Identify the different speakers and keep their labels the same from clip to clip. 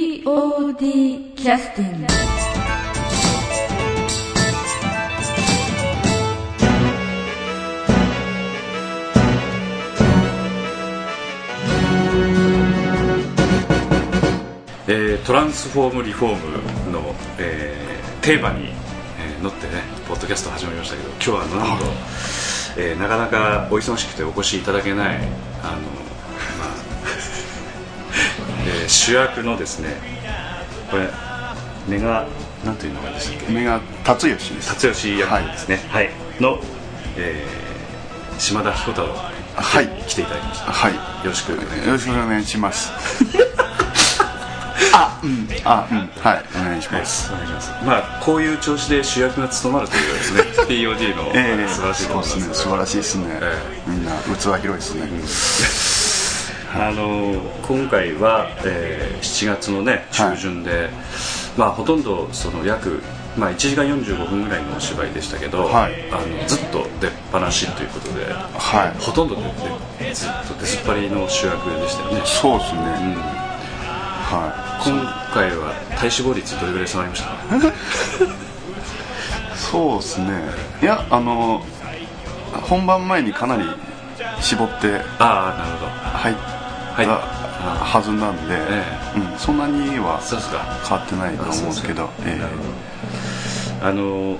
Speaker 1: POD キャスティング
Speaker 2: えートランスフォームリフォームの、えーテーマに、えー乗ってねポッドキャスト始まりましたけど今日はなんと、えーなかなかお忙しくてお越しいただけないあ の、まあえー主役のですねこれメガなんという名前でしたっけ
Speaker 3: 目が辰吉です
Speaker 2: 辰吉役ですね、はいの、えー島田彦太郎
Speaker 3: はい
Speaker 2: 来ていただきました、
Speaker 3: はい
Speaker 2: よろしくお願いします
Speaker 3: よろしくお願いします あうんあうんはいお願いし
Speaker 2: はい、
Speaker 3: ま
Speaker 2: お
Speaker 3: す、
Speaker 2: 願いします。まあこういう調子で主役が務まるというですね、POD の、
Speaker 3: ええ
Speaker 2: 素晴らしいと思
Speaker 3: そうで
Speaker 2: います
Speaker 3: ね
Speaker 2: す。
Speaker 3: 素晴らしいですね、
Speaker 2: え
Speaker 3: みんな器広いですね、
Speaker 2: あの今回は、えー7月のね中旬で、まあほとんどその約まあ1時間45分ぐらいのお芝居でしたけど、
Speaker 3: はい
Speaker 2: あのずっと出っ放しということで、
Speaker 3: はい
Speaker 2: ほとんど出てずっと出ずっぱりの主役でしたよね。
Speaker 3: そうですね、
Speaker 2: ん
Speaker 3: は
Speaker 2: 今回は体脂肪率どれぐらい下がりましたか？
Speaker 3: いそうですねいやあの本番前にかなり絞って
Speaker 2: ああなるほど。
Speaker 3: 入っ
Speaker 2: はい
Speaker 3: た
Speaker 2: あ
Speaker 3: はずなんで、
Speaker 2: え
Speaker 3: うん、そんなには
Speaker 2: そうですか。
Speaker 3: 変わってないと思うんですけど
Speaker 2: あそうです
Speaker 3: え
Speaker 2: ねなるほ
Speaker 3: え
Speaker 2: どあの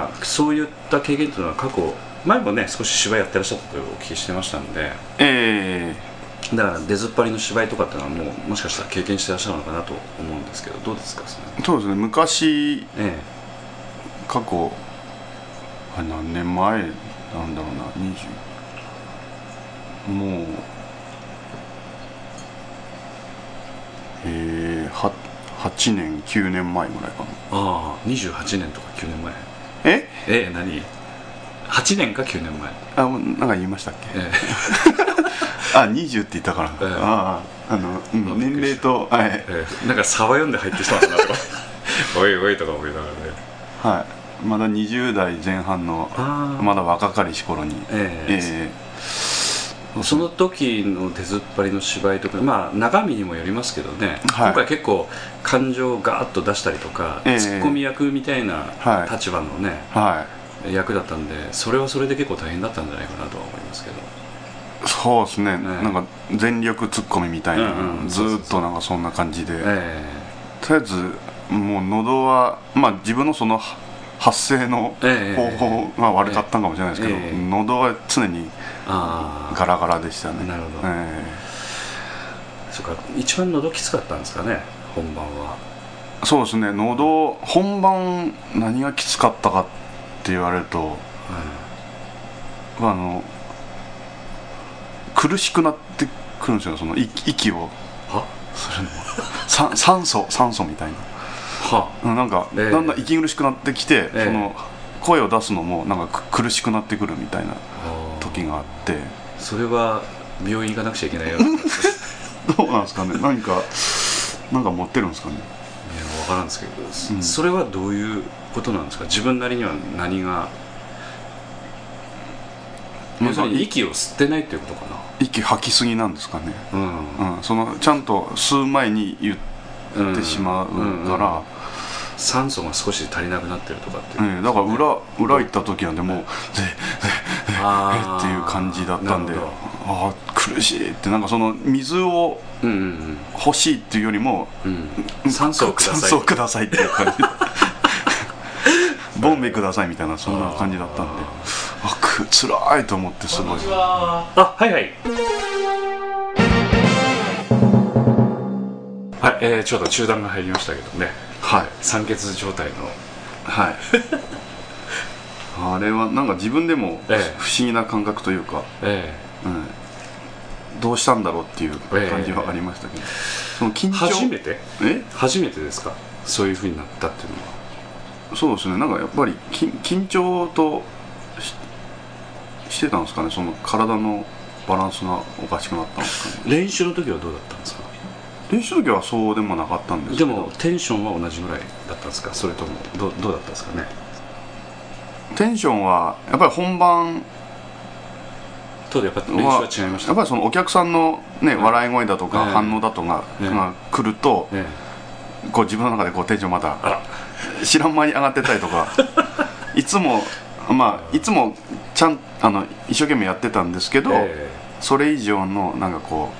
Speaker 2: まあそういった経験というのは過去前もね少し芝居やってらっしゃったとお聞きしてましたので
Speaker 3: ええ
Speaker 2: だから出ずっぱりの芝居とかっていうのはもうもしかしたら経験してらっしゃるのかなと思うんですけどどうですかそれ
Speaker 3: そうですね昔
Speaker 2: え
Speaker 3: 過去あれ何年前なんだろうな20もうえー、は8年9年前ぐらいかな
Speaker 2: えああ28年とか9年前
Speaker 3: え
Speaker 2: ええ何8年か9年前
Speaker 3: あもうなんか言いましたっけ
Speaker 2: え
Speaker 3: あ20って言ったから、
Speaker 2: ええ
Speaker 3: あああの、うん
Speaker 2: びっくりした
Speaker 3: 年齢とはい
Speaker 2: え、 ええなんか騒いんで入ってきたのかな とかおいおいとか思いながらね
Speaker 3: はい、まだ20代前半の
Speaker 2: あー
Speaker 3: まだ若かりし頃に
Speaker 2: ええ
Speaker 3: え
Speaker 2: その時の出ずっぱりの芝居とか、まあ、中身にもよりますけどね、
Speaker 3: は
Speaker 2: 今
Speaker 3: い
Speaker 2: 回結構感情をガーッと出したりとか、
Speaker 3: ええ
Speaker 2: ツッコミ役みたいな
Speaker 3: はい
Speaker 2: 立場のね、
Speaker 3: えはい
Speaker 2: 役だったんでそれはそれで結構大変だったんじゃないかなとは思いますけど
Speaker 3: そうですね、
Speaker 2: え
Speaker 3: なんか全力ツッコミみたいな、
Speaker 2: うんうん
Speaker 3: ずーっとなんかそんな感じで、
Speaker 2: え
Speaker 3: とりあえずもう喉はまあ自分のそのは発声の
Speaker 2: ええ
Speaker 3: 方法が悪かったんかもしれないですけど、
Speaker 2: ええ
Speaker 3: 喉は常に
Speaker 2: えあ
Speaker 3: ガラガラでしたね
Speaker 2: なるほど
Speaker 3: え
Speaker 2: あそっか一番喉きつかったんですかね本番は
Speaker 3: えそうですね喉本番何がきつかったかって言われるとあの苦しくなってくるんですよその息息を
Speaker 2: は
Speaker 3: するのさ酸素酸素みたいな
Speaker 2: は
Speaker 3: うんなんか、
Speaker 2: ええ
Speaker 3: だんだん息苦しくなってきて、
Speaker 2: ええ
Speaker 3: その声を出すのもなんかく苦しくなってくるみたいな
Speaker 2: あ
Speaker 3: 時があって
Speaker 2: それは病院行かなくちゃいけないような感じです
Speaker 3: どうなんですかね何かなんか持ってるんですかね
Speaker 2: いや分からんですけど、
Speaker 3: うん
Speaker 2: それはどういうことなんですか自分なりには何が
Speaker 3: まあ
Speaker 2: 要するに息を吸ってないっていうことか
Speaker 3: 息吐きすぎなんですかね、
Speaker 2: なうん
Speaker 3: うん、そのちゃんと吸う前に言ってしまうから、
Speaker 2: 酸素が少し足りなくなってるとかっていう、
Speaker 3: ええだから裏裏行った時なんでもう「ぜぜえ
Speaker 2: あー
Speaker 3: っていう感じだったんで
Speaker 2: なるほ
Speaker 3: ああ苦しいってなんかその水を
Speaker 2: どうんうん
Speaker 3: 欲しいっていうよりも
Speaker 2: うんうん酸素をください
Speaker 3: 酸素をくださいっていう感じ ボンベくださいみたいなそんな感じだったんであくつらいと思ってすごい
Speaker 2: あはいはいはい、えー、ちょっと中断が入りましたけどね
Speaker 3: はい
Speaker 2: 酸欠状態の
Speaker 3: はいあれはなんか自分でも不
Speaker 2: ええ
Speaker 3: 思議な感覚というか、
Speaker 2: え
Speaker 3: うんどうしたんだろうっていう感じはありましたけど、その緊
Speaker 2: え
Speaker 3: 張
Speaker 2: 初めて
Speaker 3: え
Speaker 2: 初めてですかそういうふうになったっていうのは
Speaker 3: そうですねなんかやっぱり緊緊張とししてたんですかねその体のバランスがおかしくなったんですかね
Speaker 2: 練習の時はどうだったんですか
Speaker 3: 練習の時はそうでもなかったんですけ
Speaker 2: で
Speaker 3: ど
Speaker 2: もテンションは同じぐらいだったんですかそれともどうどうだったんですかね
Speaker 3: テンションはやっぱり本番
Speaker 2: とやっぱ練習は違いまし
Speaker 3: や
Speaker 2: た
Speaker 3: っぱりそのお客さんの、ね、笑い声だとか
Speaker 2: ええ
Speaker 3: 反応だとか
Speaker 2: ええ
Speaker 3: が来ると、
Speaker 2: え
Speaker 3: こう自分の中でこうテンションま
Speaker 2: あ
Speaker 3: た
Speaker 2: ら
Speaker 3: 知らん間に上がってたりとか いつもまあいつもちゃんあの一生懸命やってたんですけど、
Speaker 2: え
Speaker 3: それ以上のなんかこ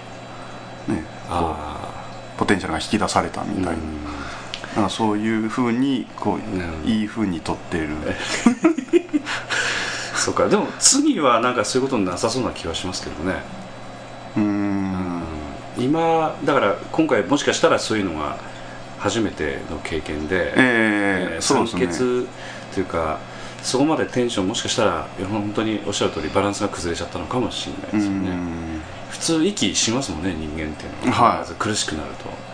Speaker 3: うね
Speaker 2: ーあ
Speaker 3: ポテンシャルが引き出されたみたいな,、
Speaker 2: ー
Speaker 3: なんかそういうふうにこう、
Speaker 2: なるほど
Speaker 3: いいふうに撮っている
Speaker 2: そうかでも次はなんかそういうことなさそうな気はしますけどね
Speaker 3: うーん
Speaker 2: 今だから今回もしかしたらそういうのが初めての経験で、
Speaker 3: ええ
Speaker 2: えー
Speaker 3: そう
Speaker 2: 酸
Speaker 3: で
Speaker 2: 欠
Speaker 3: すね
Speaker 2: というかそこまでテンションもしかしたらいや本当におっしゃる通りバランスが崩れちゃったのかもしれないですよ
Speaker 3: うー
Speaker 2: ね
Speaker 3: ん
Speaker 2: 普通息しますもんね人間っていうの
Speaker 3: はい
Speaker 2: まず苦しくなる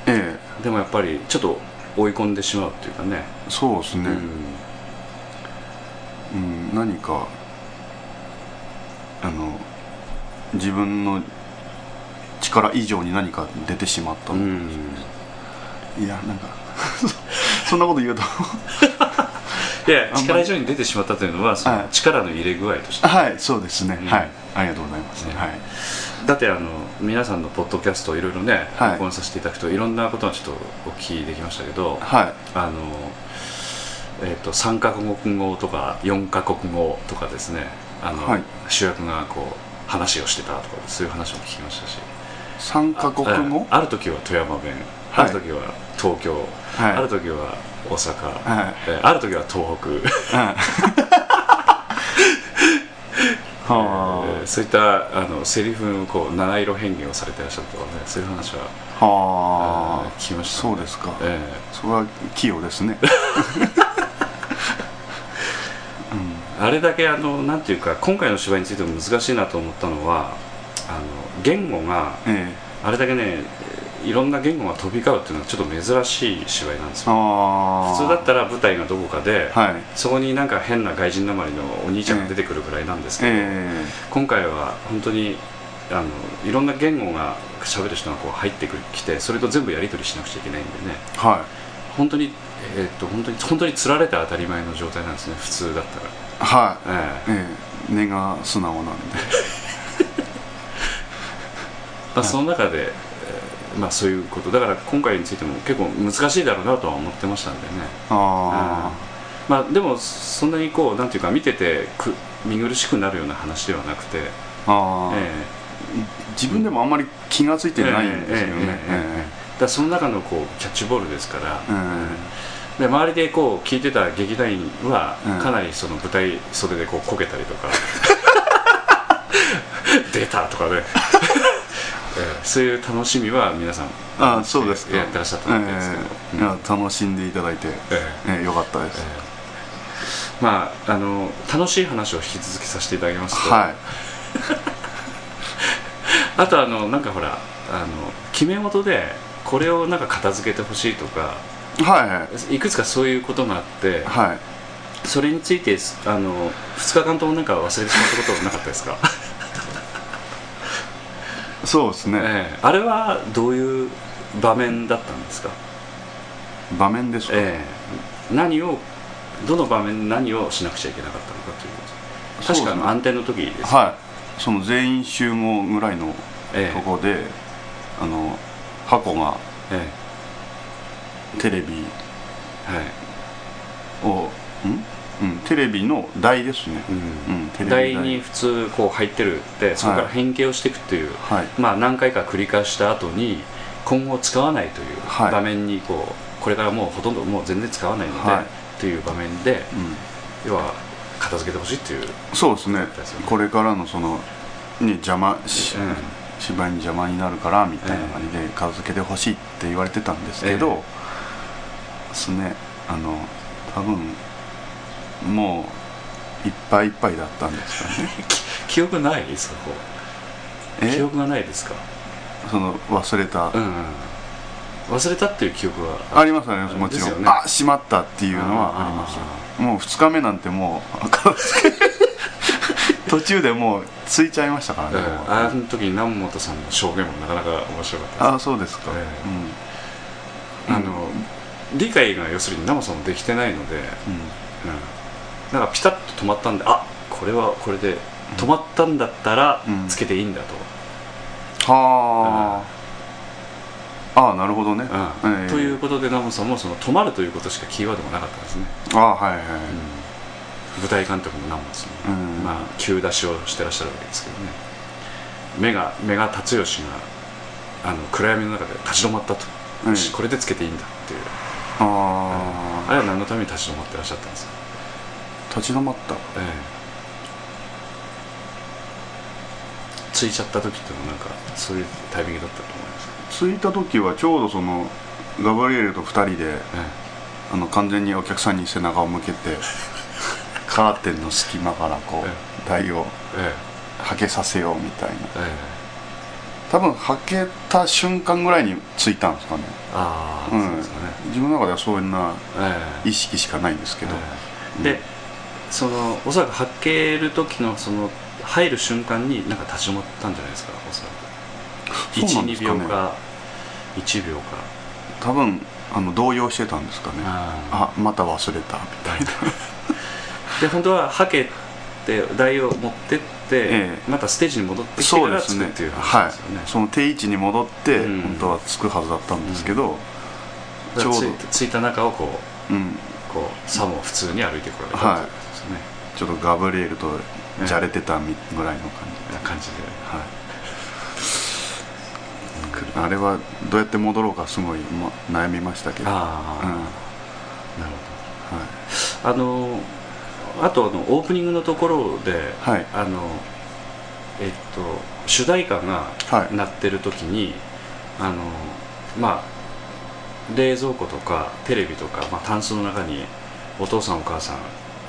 Speaker 2: と
Speaker 3: え
Speaker 2: でもやっぱりちょっと追い込んでしまうっていうかね
Speaker 3: えそうですね、
Speaker 2: うん
Speaker 3: うん、何かあの自分の力以上に何か出てしまった、
Speaker 2: うん
Speaker 3: いやなんか そんなこと言うと
Speaker 2: いや
Speaker 3: あんまり
Speaker 2: 力以上に出てしまったというのはその
Speaker 3: はい
Speaker 2: 力の入れ具合として
Speaker 3: はいそうですね、
Speaker 2: うん
Speaker 3: はいありがとうございます、
Speaker 2: ね
Speaker 3: はい
Speaker 2: だってあの皆さんのポッドキャストをいろいろね
Speaker 3: はい
Speaker 2: 録音させていただくといろんなことがちょっとお聞きできましたけど
Speaker 3: はい
Speaker 2: あのえっと3カ国語とか4カ国語とかですねあの、
Speaker 3: はい
Speaker 2: 主役がこう話をしてたとかそういう話も聞きましたし
Speaker 3: 三カ国
Speaker 2: ええ
Speaker 3: 語
Speaker 2: ある時は富山弁、
Speaker 3: はい
Speaker 2: ある時は東京、
Speaker 3: はい
Speaker 2: ある時は大阪、
Speaker 3: はい
Speaker 2: ええある時は東北
Speaker 3: はい
Speaker 2: え
Speaker 3: は
Speaker 2: ーそういったあのセリフのこう七色変化をされてらっしゃるとかねそういう話は
Speaker 3: あは
Speaker 2: えー
Speaker 3: あ
Speaker 2: 聞きました
Speaker 3: そうですか、
Speaker 2: え
Speaker 3: それは器用です ね
Speaker 2: えあれだけあのなんていうか今回の芝居についても難しいなと思ったのはあの言語が
Speaker 3: ええ
Speaker 2: あれだけねいろんな言語が飛び交うっていうのはちょっと珍しい芝居なんですよ
Speaker 3: ああ
Speaker 2: 普通だったら舞台がどこかで、
Speaker 3: はい
Speaker 2: そこになんか変な外人なまりのお兄ちゃんが出てくるぐらいなんですけど、
Speaker 3: え
Speaker 2: 今回は本当にあのいろんな言語が喋る人がこう入ってくるきてそれと全部やり取りしなくちゃいけないんでね
Speaker 3: えはい
Speaker 2: 本当にえーっと本当に本当に釣られて当たり前の状態なんですね普通だったら、
Speaker 3: はい、
Speaker 2: ええ
Speaker 3: ええ、根が素直なんで
Speaker 2: まあ、その中で、えーまあ、そういうことだから今回についても結構難しいだろうなとは思ってましたんでね
Speaker 3: あ
Speaker 2: まあ、でもそんなにこうなんていうか見ててく見苦しくなるような話ではなくて、
Speaker 3: ーあー、
Speaker 2: ええ
Speaker 3: 自分でもあんまり気がついてないんで
Speaker 2: え
Speaker 3: すよ
Speaker 2: ええ
Speaker 3: ね
Speaker 2: えええだからその中のこうキャッチボールですから、
Speaker 3: ええ
Speaker 2: で周りでこう聞いてた劇団員は、
Speaker 3: うん
Speaker 2: かなりその舞台袖でこうこけたりと か出たとかね ええそういう楽しみは皆さん
Speaker 3: ああそうですか
Speaker 2: やってらっしゃったんですけど、
Speaker 3: ええいや楽しんでいただいて、
Speaker 2: え
Speaker 3: ええよかったです、
Speaker 2: えまああの楽しい話を引き続きさせていただきますと、
Speaker 3: はい
Speaker 2: あとあのなんかほらあの決め事でこれをなんか片付けてほしいとか
Speaker 3: はいはい
Speaker 2: いくつかそういうことがあって
Speaker 3: はい
Speaker 2: それについてあの2日間ともなんか忘れてしまったことはなかったです か、
Speaker 3: そうですね、
Speaker 2: ええあれはどういう場面だったんですか、
Speaker 3: 場面ですか、
Speaker 2: ええ何をどの場面何をしなくちゃいけなかったのかということ
Speaker 3: そうです
Speaker 2: 確
Speaker 3: ね
Speaker 2: かあの暗転の時です、
Speaker 3: はいその全員集合ぐらいの
Speaker 2: え
Speaker 3: とこで、あの箱が
Speaker 2: ええ
Speaker 3: テレビ
Speaker 2: えはい
Speaker 3: をん、うん、テレビの台ですね、うん、テレビ
Speaker 2: 台に普通こう入ってるってそこから変形をしていくっていう、
Speaker 3: はい
Speaker 2: まあ、何回か繰り返した後に今後使わないという
Speaker 3: はい
Speaker 2: 場面にこうこれからもうほとんどもう全然使わないので、
Speaker 3: はい
Speaker 2: という場面で
Speaker 3: う
Speaker 2: 要は片付けてほしいっていう、
Speaker 3: ん、そうですね
Speaker 2: ですよね
Speaker 3: これからのその、ね、邪魔し、
Speaker 2: うん
Speaker 3: 芝居に邪魔になるからみたいな感じで片付けてほしいって言われてたんですけど、
Speaker 2: え
Speaker 3: ですねあの多分もういっぱいいっぱいだったんですかね
Speaker 2: 記憶ないそこ記
Speaker 3: え
Speaker 2: 憶がないですか、
Speaker 3: その忘れた、
Speaker 2: うんうん、忘れたっていう記憶は
Speaker 3: ありますありますもち
Speaker 2: です
Speaker 3: ろ
Speaker 2: よ
Speaker 3: ん、
Speaker 2: ね
Speaker 3: あしまったっていうのはありますもう2日目なんてもう片付け途中でもうついちゃいましたからね、
Speaker 2: うんあの時南本さんの証言もなかなか面白かったです
Speaker 3: ああそうですか、
Speaker 2: ええ
Speaker 3: うん
Speaker 2: あの理解が要するに南本さんもできてないので、
Speaker 3: うん
Speaker 2: うんなんかピタッと止まったんであこれはこれで止まったんだったら
Speaker 3: うん
Speaker 2: つけていいんだと、
Speaker 3: はあ、ああなるほどね、
Speaker 2: うん
Speaker 3: ええ
Speaker 2: ということでナモさんもその止まるということしかキーワードがなかったんですね、
Speaker 3: ああはいはい、
Speaker 2: 舞台監督のナモさんも、
Speaker 3: うん
Speaker 2: まあ、急出しをしてらっしゃるわけですけどね目が目が辰吉があの暗闇の中で立ち止まったと、
Speaker 3: うん
Speaker 2: よしこれでつけていいんだっていう
Speaker 3: あ
Speaker 2: あれは何のために立ち止まってらっしゃったんですか、
Speaker 3: あ立ち止まった
Speaker 2: ええついちゃった時っていうのはなんかそういうタイミングだったと思います、
Speaker 3: 着いた時はちょうどそのガブリエルと2人で
Speaker 2: え
Speaker 3: あの完全にお客さんに背中を向けて カーテンの隙間からこ
Speaker 2: え
Speaker 3: う台を
Speaker 2: ええ
Speaker 3: はけさせようみたいな
Speaker 2: ええ
Speaker 3: 多分はけた瞬間ぐらいに着いたんですかね
Speaker 2: えああ、
Speaker 3: うん
Speaker 2: そうですかね
Speaker 3: 自分の中ではそういうな
Speaker 2: ええ
Speaker 3: 意識しかないんですけど、
Speaker 2: ええでそのおそらくはける時のその入る瞬間になんか立ち止まったんじゃないですかおそらく
Speaker 3: そうなん
Speaker 2: 12
Speaker 3: ですかね
Speaker 2: 秒か1秒か
Speaker 3: 多分あの動揺してたんですかね
Speaker 2: あ
Speaker 3: あまた忘れたみたいな
Speaker 2: で本当ははけて台を持ってって、
Speaker 3: え
Speaker 2: またステージに戻ってきて
Speaker 3: そ
Speaker 2: か
Speaker 3: う
Speaker 2: ら
Speaker 3: です
Speaker 2: つく
Speaker 3: ね
Speaker 2: っていう話
Speaker 3: は
Speaker 2: ですよね
Speaker 3: いその定位置に戻って、
Speaker 2: うん
Speaker 3: 本当は着くはずだったんですけど、
Speaker 2: だ
Speaker 3: ち
Speaker 2: か
Speaker 3: ょ
Speaker 2: ら
Speaker 3: う
Speaker 2: つ
Speaker 3: ど
Speaker 2: いついた中をこ
Speaker 3: うん、
Speaker 2: うこうさも普通に歩いてこられた
Speaker 3: は
Speaker 2: という
Speaker 3: い
Speaker 2: ことですよね、
Speaker 3: ちょっとガブリエルとじゃれてたみぐらいの感じ
Speaker 2: な感じで
Speaker 3: はい、あれはどうやって戻ろうかすごい、ま、悩みましたけど、うん
Speaker 2: ああ、
Speaker 3: は
Speaker 2: なるほどあのあとあのオープニングのところで、
Speaker 3: い、はい、
Speaker 2: あのえっと主題歌が
Speaker 3: はい
Speaker 2: 鳴ってる時に、あのまあ冷蔵庫とかテレビとか、まあ、タンスの中にお父さんお母さん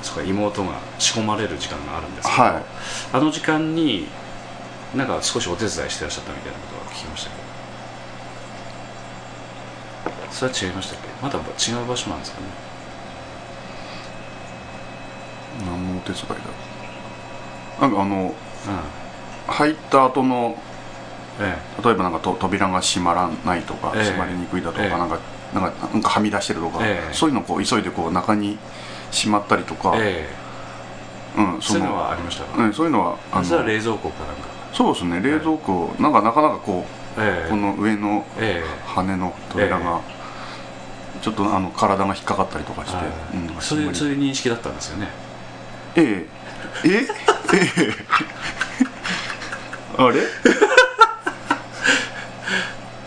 Speaker 2: それから妹が仕込まれる時間があるんですけど、
Speaker 3: はい
Speaker 2: あの時間になんか少しお手伝いしてらっしゃったみたいなことは聞きましたけどそれは違いましたっけまだ違う場所なんですかね
Speaker 3: 何のお手伝いだろうなんかあの
Speaker 2: うん
Speaker 3: 入った後の
Speaker 2: え
Speaker 3: 例えばなんかと扉が閉まらないとか、
Speaker 2: ええ
Speaker 3: 閉まりにくいだとか、
Speaker 2: ええ
Speaker 3: なんかなんかなんかはみ出してるとか、
Speaker 2: ええ
Speaker 3: そういうのをこう急いでこう中にしまったりとか、
Speaker 2: ええ
Speaker 3: うん、
Speaker 2: えそういうのはありましたか、
Speaker 3: うん、そういうのはあの
Speaker 2: それは冷蔵庫かなんか、
Speaker 3: そうですね冷蔵庫、なんかなかなかこ
Speaker 2: え
Speaker 3: う
Speaker 2: え
Speaker 3: この上の
Speaker 2: え
Speaker 3: 羽の扉が、ちょっとあの体が引っかかったりとか
Speaker 2: え
Speaker 3: して、
Speaker 2: はいそういうそう
Speaker 3: う
Speaker 2: いう認識だったんですよね
Speaker 3: ええええええあ れ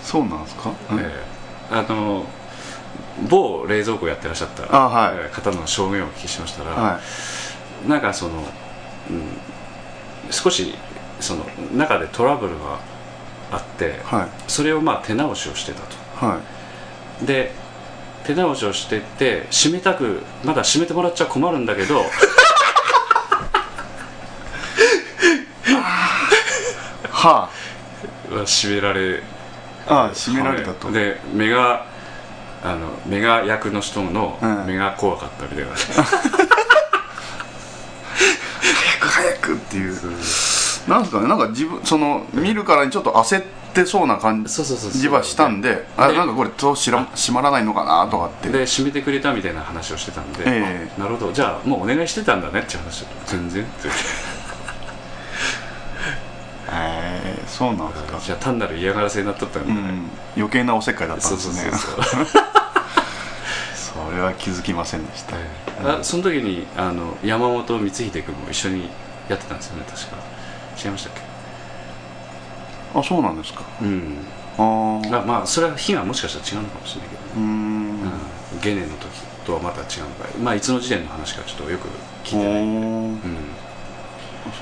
Speaker 3: そうなんですか、うん
Speaker 2: ええあの某冷蔵庫やってらっしゃった
Speaker 3: あはい
Speaker 2: ええ方の証言をお聞きしましたら、
Speaker 3: はい
Speaker 2: なんかその、うん、少しその中でトラブルがあって
Speaker 3: はい
Speaker 2: それをまあ手直しをしてたと
Speaker 3: はい
Speaker 2: で手直しをしてて締めたくまだ締めてもらっちゃ困るんだけ ど
Speaker 3: は
Speaker 2: 締められ
Speaker 3: あ、ああ閉められたと、
Speaker 2: はいで目があの目が役の人の
Speaker 3: うん
Speaker 2: 目が怖かったみたいな、
Speaker 3: 早く早くっていうなんですかねなんか自分その見るからにちょっと焦ってそうな感
Speaker 2: そうそうそうそう
Speaker 3: じはしたんであ
Speaker 2: で
Speaker 3: なんかこれどうしら閉まらないのかなとかって
Speaker 2: で締めてくれたみたいな話をしてたんで、
Speaker 3: ええ
Speaker 2: あなるほどじゃあもうお願いしてたんだねって話だった全然って言って
Speaker 3: ええそうなんですか
Speaker 2: じゃあ単なる嫌がらせになっとったん
Speaker 3: う
Speaker 2: だね、
Speaker 3: ん余計なおせっかいだったん
Speaker 2: そう
Speaker 3: で
Speaker 2: そ
Speaker 3: す
Speaker 2: う
Speaker 3: ね
Speaker 2: そうそう
Speaker 3: それは気づきませんでした、
Speaker 2: あその時にあの山本光秀君も一緒にやってたんですよね確か違いましたっ
Speaker 3: あそうなんですか
Speaker 2: けうん
Speaker 3: あー
Speaker 2: あまあそれは日がもしかしたら違うのかもしれないけどね
Speaker 3: うーんん
Speaker 2: うんゲネの時とはまた違うのかまあいつの時点の話かちょっとよく聞いてない、
Speaker 3: おー
Speaker 2: うん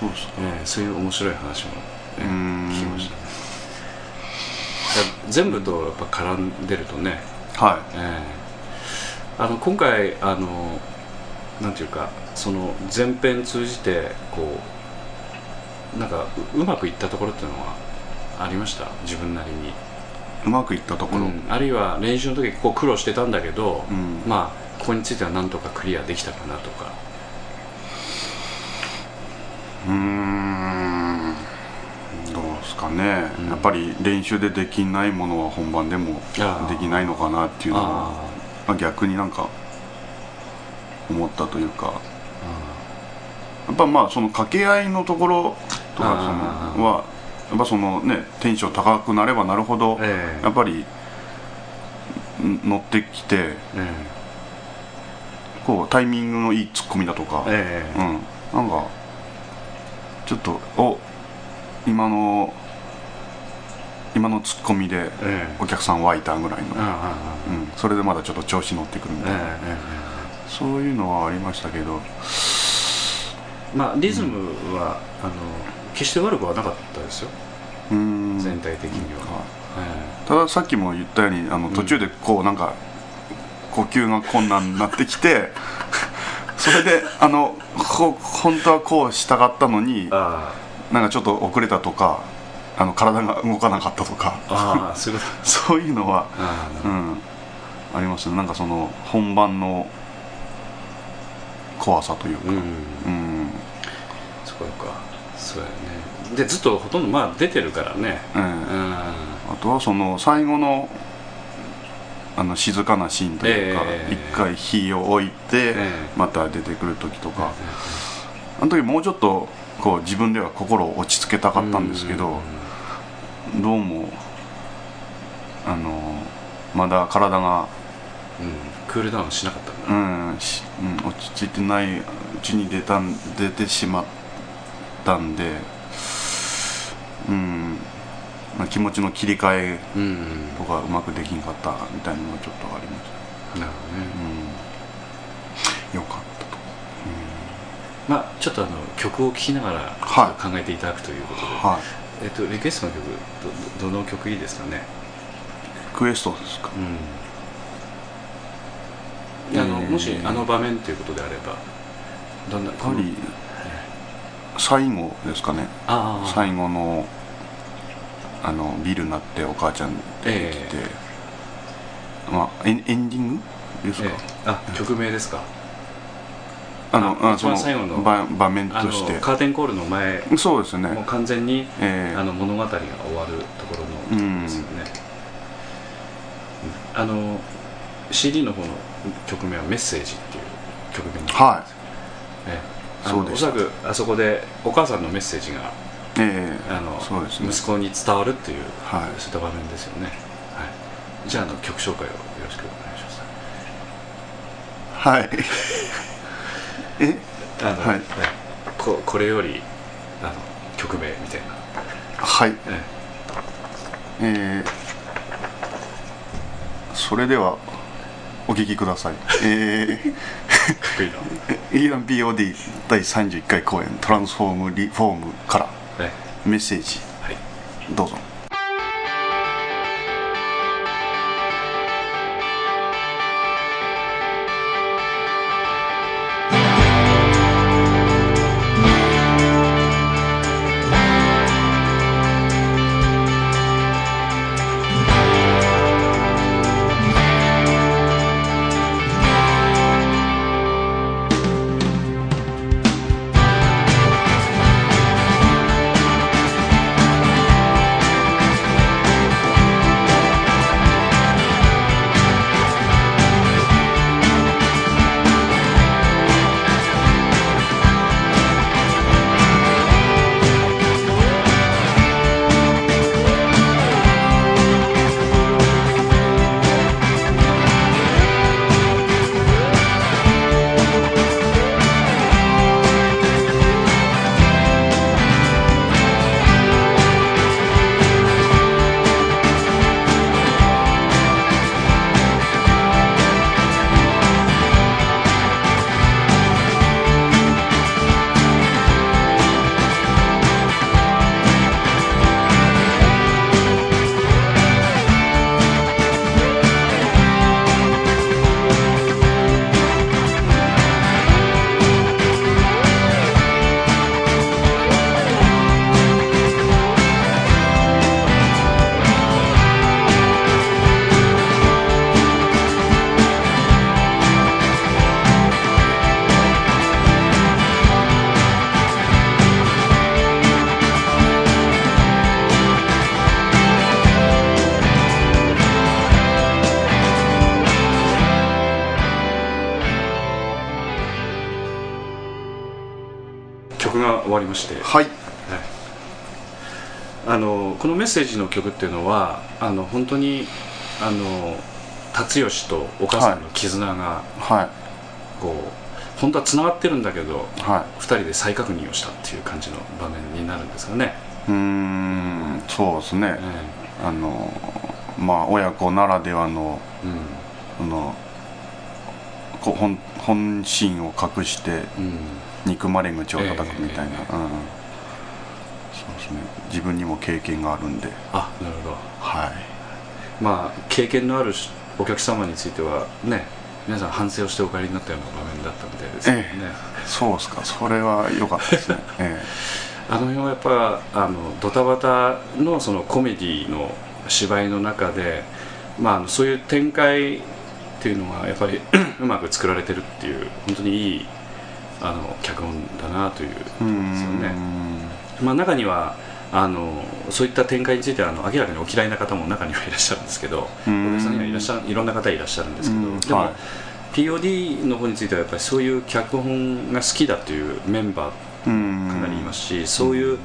Speaker 3: そうですか
Speaker 2: ええそういう面白い話も、ね
Speaker 3: うーん
Speaker 2: 聞きましたねだから全部とやっぱ絡んでるとね、
Speaker 3: はい
Speaker 2: ええあの今回あのなんていうかその前編通じてこうなんかううまくいったところっていうのはありました自分なりに、
Speaker 3: うまくいったところ、
Speaker 2: うんあるいは練習の時こう苦労してたんだけど、
Speaker 3: うん
Speaker 2: まあここについてはなんとかクリアできたかなとか
Speaker 3: うーんどうですかね、
Speaker 2: うん
Speaker 3: やっぱり練習でできないものは本番でも
Speaker 2: あー
Speaker 3: できないのかなっていうのは
Speaker 2: あ
Speaker 3: まあ逆になんか思ったというか
Speaker 2: あ
Speaker 3: やっぱまあその掛け合いのところとかその
Speaker 2: あー
Speaker 3: はやっぱそのねテンション高くなればなるほど、
Speaker 2: ええ
Speaker 3: やっぱりん乗ってきて
Speaker 2: え
Speaker 3: こうタイミングのいいツッコミだとか、
Speaker 2: ええ
Speaker 3: うんなんかちょっとお今の今のツッコミで
Speaker 2: ええ
Speaker 3: お客さん湧いたぐらいの、
Speaker 2: ああああ
Speaker 3: うん、それでまだちょっと調子乗ってくるみたいな、
Speaker 2: ええ
Speaker 3: そういうのはありましたけど
Speaker 2: まあ、リズムは、あの決して悪くはなかったですよ、
Speaker 3: うーん
Speaker 2: 全体的には。
Speaker 3: は
Speaker 2: え
Speaker 3: たださっきも言ったようにあの途中でこうなんか、呼吸が困難になってきて それであのこ本当はこうしたかったのに
Speaker 2: えあ
Speaker 3: なんかちょっと遅れたとかあの体が動かなかったとか
Speaker 2: あああ、そういうこと
Speaker 3: そういうのは、
Speaker 2: ああ
Speaker 3: うん、ありますねなんかその本番の怖さというか、
Speaker 2: うん、
Speaker 3: うん
Speaker 2: そこか、そうやね。で、ずっとほとんど、まあ、出てるからね。
Speaker 3: ええ
Speaker 2: うん、
Speaker 3: あとはその最後のあの静かなシーンというか
Speaker 2: ええ
Speaker 3: 一、回火を置いて、
Speaker 2: え
Speaker 3: また出てくる時とか、あの時もうちょっとこう自分では心を落ち着けたかったんですけど、どうもあのまだ体が、
Speaker 2: うん、うんクールダウンしなかったんだ
Speaker 3: う
Speaker 2: な。
Speaker 3: んしうん、落ち着いてないうちに出たん出てしまったんで、うんまあ、気持ちの切り替え
Speaker 2: うん、
Speaker 3: とかうまくできんかったみたいなのがちょっとありました。
Speaker 2: なるほどね。
Speaker 3: うん、よかったと
Speaker 2: まあ、ちょっとあの曲を聴きながら
Speaker 3: は
Speaker 2: 考えていただくということで、
Speaker 3: はい
Speaker 2: えっと、リクエストの曲ど、どの曲いいですかね。
Speaker 3: クエストですか
Speaker 2: であの
Speaker 3: うん
Speaker 2: もしあの場面ということであればどんな
Speaker 3: やっぱり最後ですかね
Speaker 2: ああ
Speaker 3: 最後のあのビルになってお母ちゃん出てきて、まあ、エンエンディングですか、
Speaker 2: ええあ曲名ですか
Speaker 3: あの
Speaker 2: あ
Speaker 3: あ
Speaker 2: 一番最後の
Speaker 3: 場場面
Speaker 2: あ
Speaker 3: とし
Speaker 2: のカーテンコールの前
Speaker 3: てそうです
Speaker 2: もう
Speaker 3: ね
Speaker 2: 完全に、
Speaker 3: ええ
Speaker 2: あの物語が終わるとこ
Speaker 3: う
Speaker 2: ろの
Speaker 3: ん
Speaker 2: ですよね、あの CD の方の曲名は「メッセージ」っていう曲名なんです
Speaker 3: は
Speaker 2: ええあの
Speaker 3: そうで
Speaker 2: お
Speaker 3: した
Speaker 2: そらくあそこでお母さんのメッセージが
Speaker 3: いええ
Speaker 2: あの
Speaker 3: そうですね
Speaker 2: 息子に伝わるっていう、
Speaker 3: はい
Speaker 2: そういった場面ですよね、はい、じゃああの曲紹介をよろしくお願いします
Speaker 3: はいえ
Speaker 2: あの、
Speaker 3: は
Speaker 2: え
Speaker 3: い
Speaker 2: ここれよりあの曲名みたいな、
Speaker 3: はい
Speaker 2: え
Speaker 3: えーそれではお聞きください、えー
Speaker 2: えかっこいいの、
Speaker 3: E&POD 第31回公演「トランスフォームリフォーム」から
Speaker 2: え
Speaker 3: メッセージ
Speaker 2: えはい、
Speaker 3: どうぞ
Speaker 1: 「
Speaker 2: 終わりまして、はい
Speaker 3: はい
Speaker 2: あのこのメッセージの曲っていうのはあの本当にあの辰吉とお母さんの絆が
Speaker 3: は
Speaker 2: こう、本当はつながってるんだけど
Speaker 3: いは
Speaker 2: 2人で再確認をしたっていう感じの場面になるんですかね、
Speaker 3: いうーんそうですね
Speaker 2: え
Speaker 3: あのまあ親子ならではの
Speaker 2: えうん
Speaker 3: あのこ本本心を隠して
Speaker 2: うん
Speaker 3: 憎まれ口を叩くみたいな、
Speaker 2: ええ
Speaker 3: うん、そうですね自分にも経験があるんで
Speaker 2: あなるほど
Speaker 3: はい
Speaker 2: まあ経験のあるしお客様についてはね皆さん反省をしてお帰りになったような場面だったみたいですけどね、
Speaker 3: そうですかそれは良かったです ね、え
Speaker 2: あの辺はやっぱあのドタバタのそのコメディの芝居の中で、まああの、そういう展開っていうのがやっぱり うまく作られてるっていう本当にいいあの脚本だなという
Speaker 3: えうん
Speaker 2: ですよねまあ、中にはあのそういった展開についてはあの明らかにお嫌いな方も中にはいらっしゃるんですけど
Speaker 3: う
Speaker 2: お
Speaker 3: ん
Speaker 2: 客さんにはいらっしゃるいろんな方いらっしゃるんですけど、
Speaker 3: うん
Speaker 2: でも、
Speaker 3: はい
Speaker 2: POD の方についてはやっぱりそういう脚本が好きだというメンバー
Speaker 3: うん
Speaker 2: かなりいますし、そういう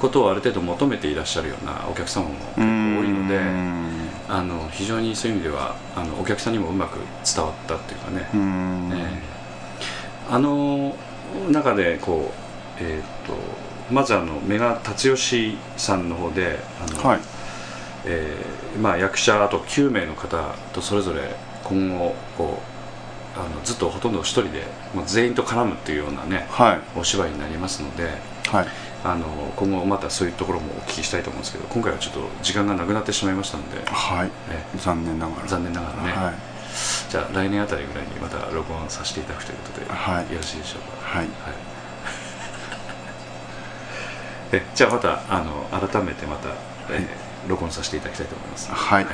Speaker 2: ことをある程度求めていらっしゃるようなお客様も結構多いので、
Speaker 3: うん
Speaker 2: あの非常にそういう意味ではあのお客さんにもうまく伝わったっていうかね、
Speaker 3: うん
Speaker 2: ええあの中でこう、えー、とまずあのメガ達義さんの方であの、
Speaker 3: はい
Speaker 2: ええまあ、役者あと9名の方とそれぞれ今後こうあのずっとほとんど一人で、まあ、全員と絡むっていうようなね
Speaker 3: はい
Speaker 2: お芝居になりますので
Speaker 3: はい
Speaker 2: あの今後またそういうところもお聞きしたいと思うんですけど今回はちょっと時間がなくなってしまいましたので、
Speaker 3: はい
Speaker 2: え
Speaker 3: 残念なが
Speaker 2: え
Speaker 3: ら
Speaker 2: 残念ながらね、
Speaker 3: はい
Speaker 2: じゃあ来年あたりぐらいにまた録音させていただくということで、
Speaker 3: はい
Speaker 2: よろしいでしょうか。
Speaker 3: は
Speaker 2: は
Speaker 3: い
Speaker 2: い、えじゃあまたあの改めてまた、えー録音させていただきたいと思います、
Speaker 3: はい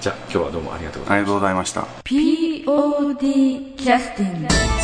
Speaker 2: じゃあ今日はどうもありがとうご
Speaker 3: あ
Speaker 2: ざ
Speaker 3: り
Speaker 2: い
Speaker 3: が
Speaker 2: ま
Speaker 3: と
Speaker 2: し
Speaker 3: う
Speaker 2: た
Speaker 3: ございました
Speaker 1: POD キャスティング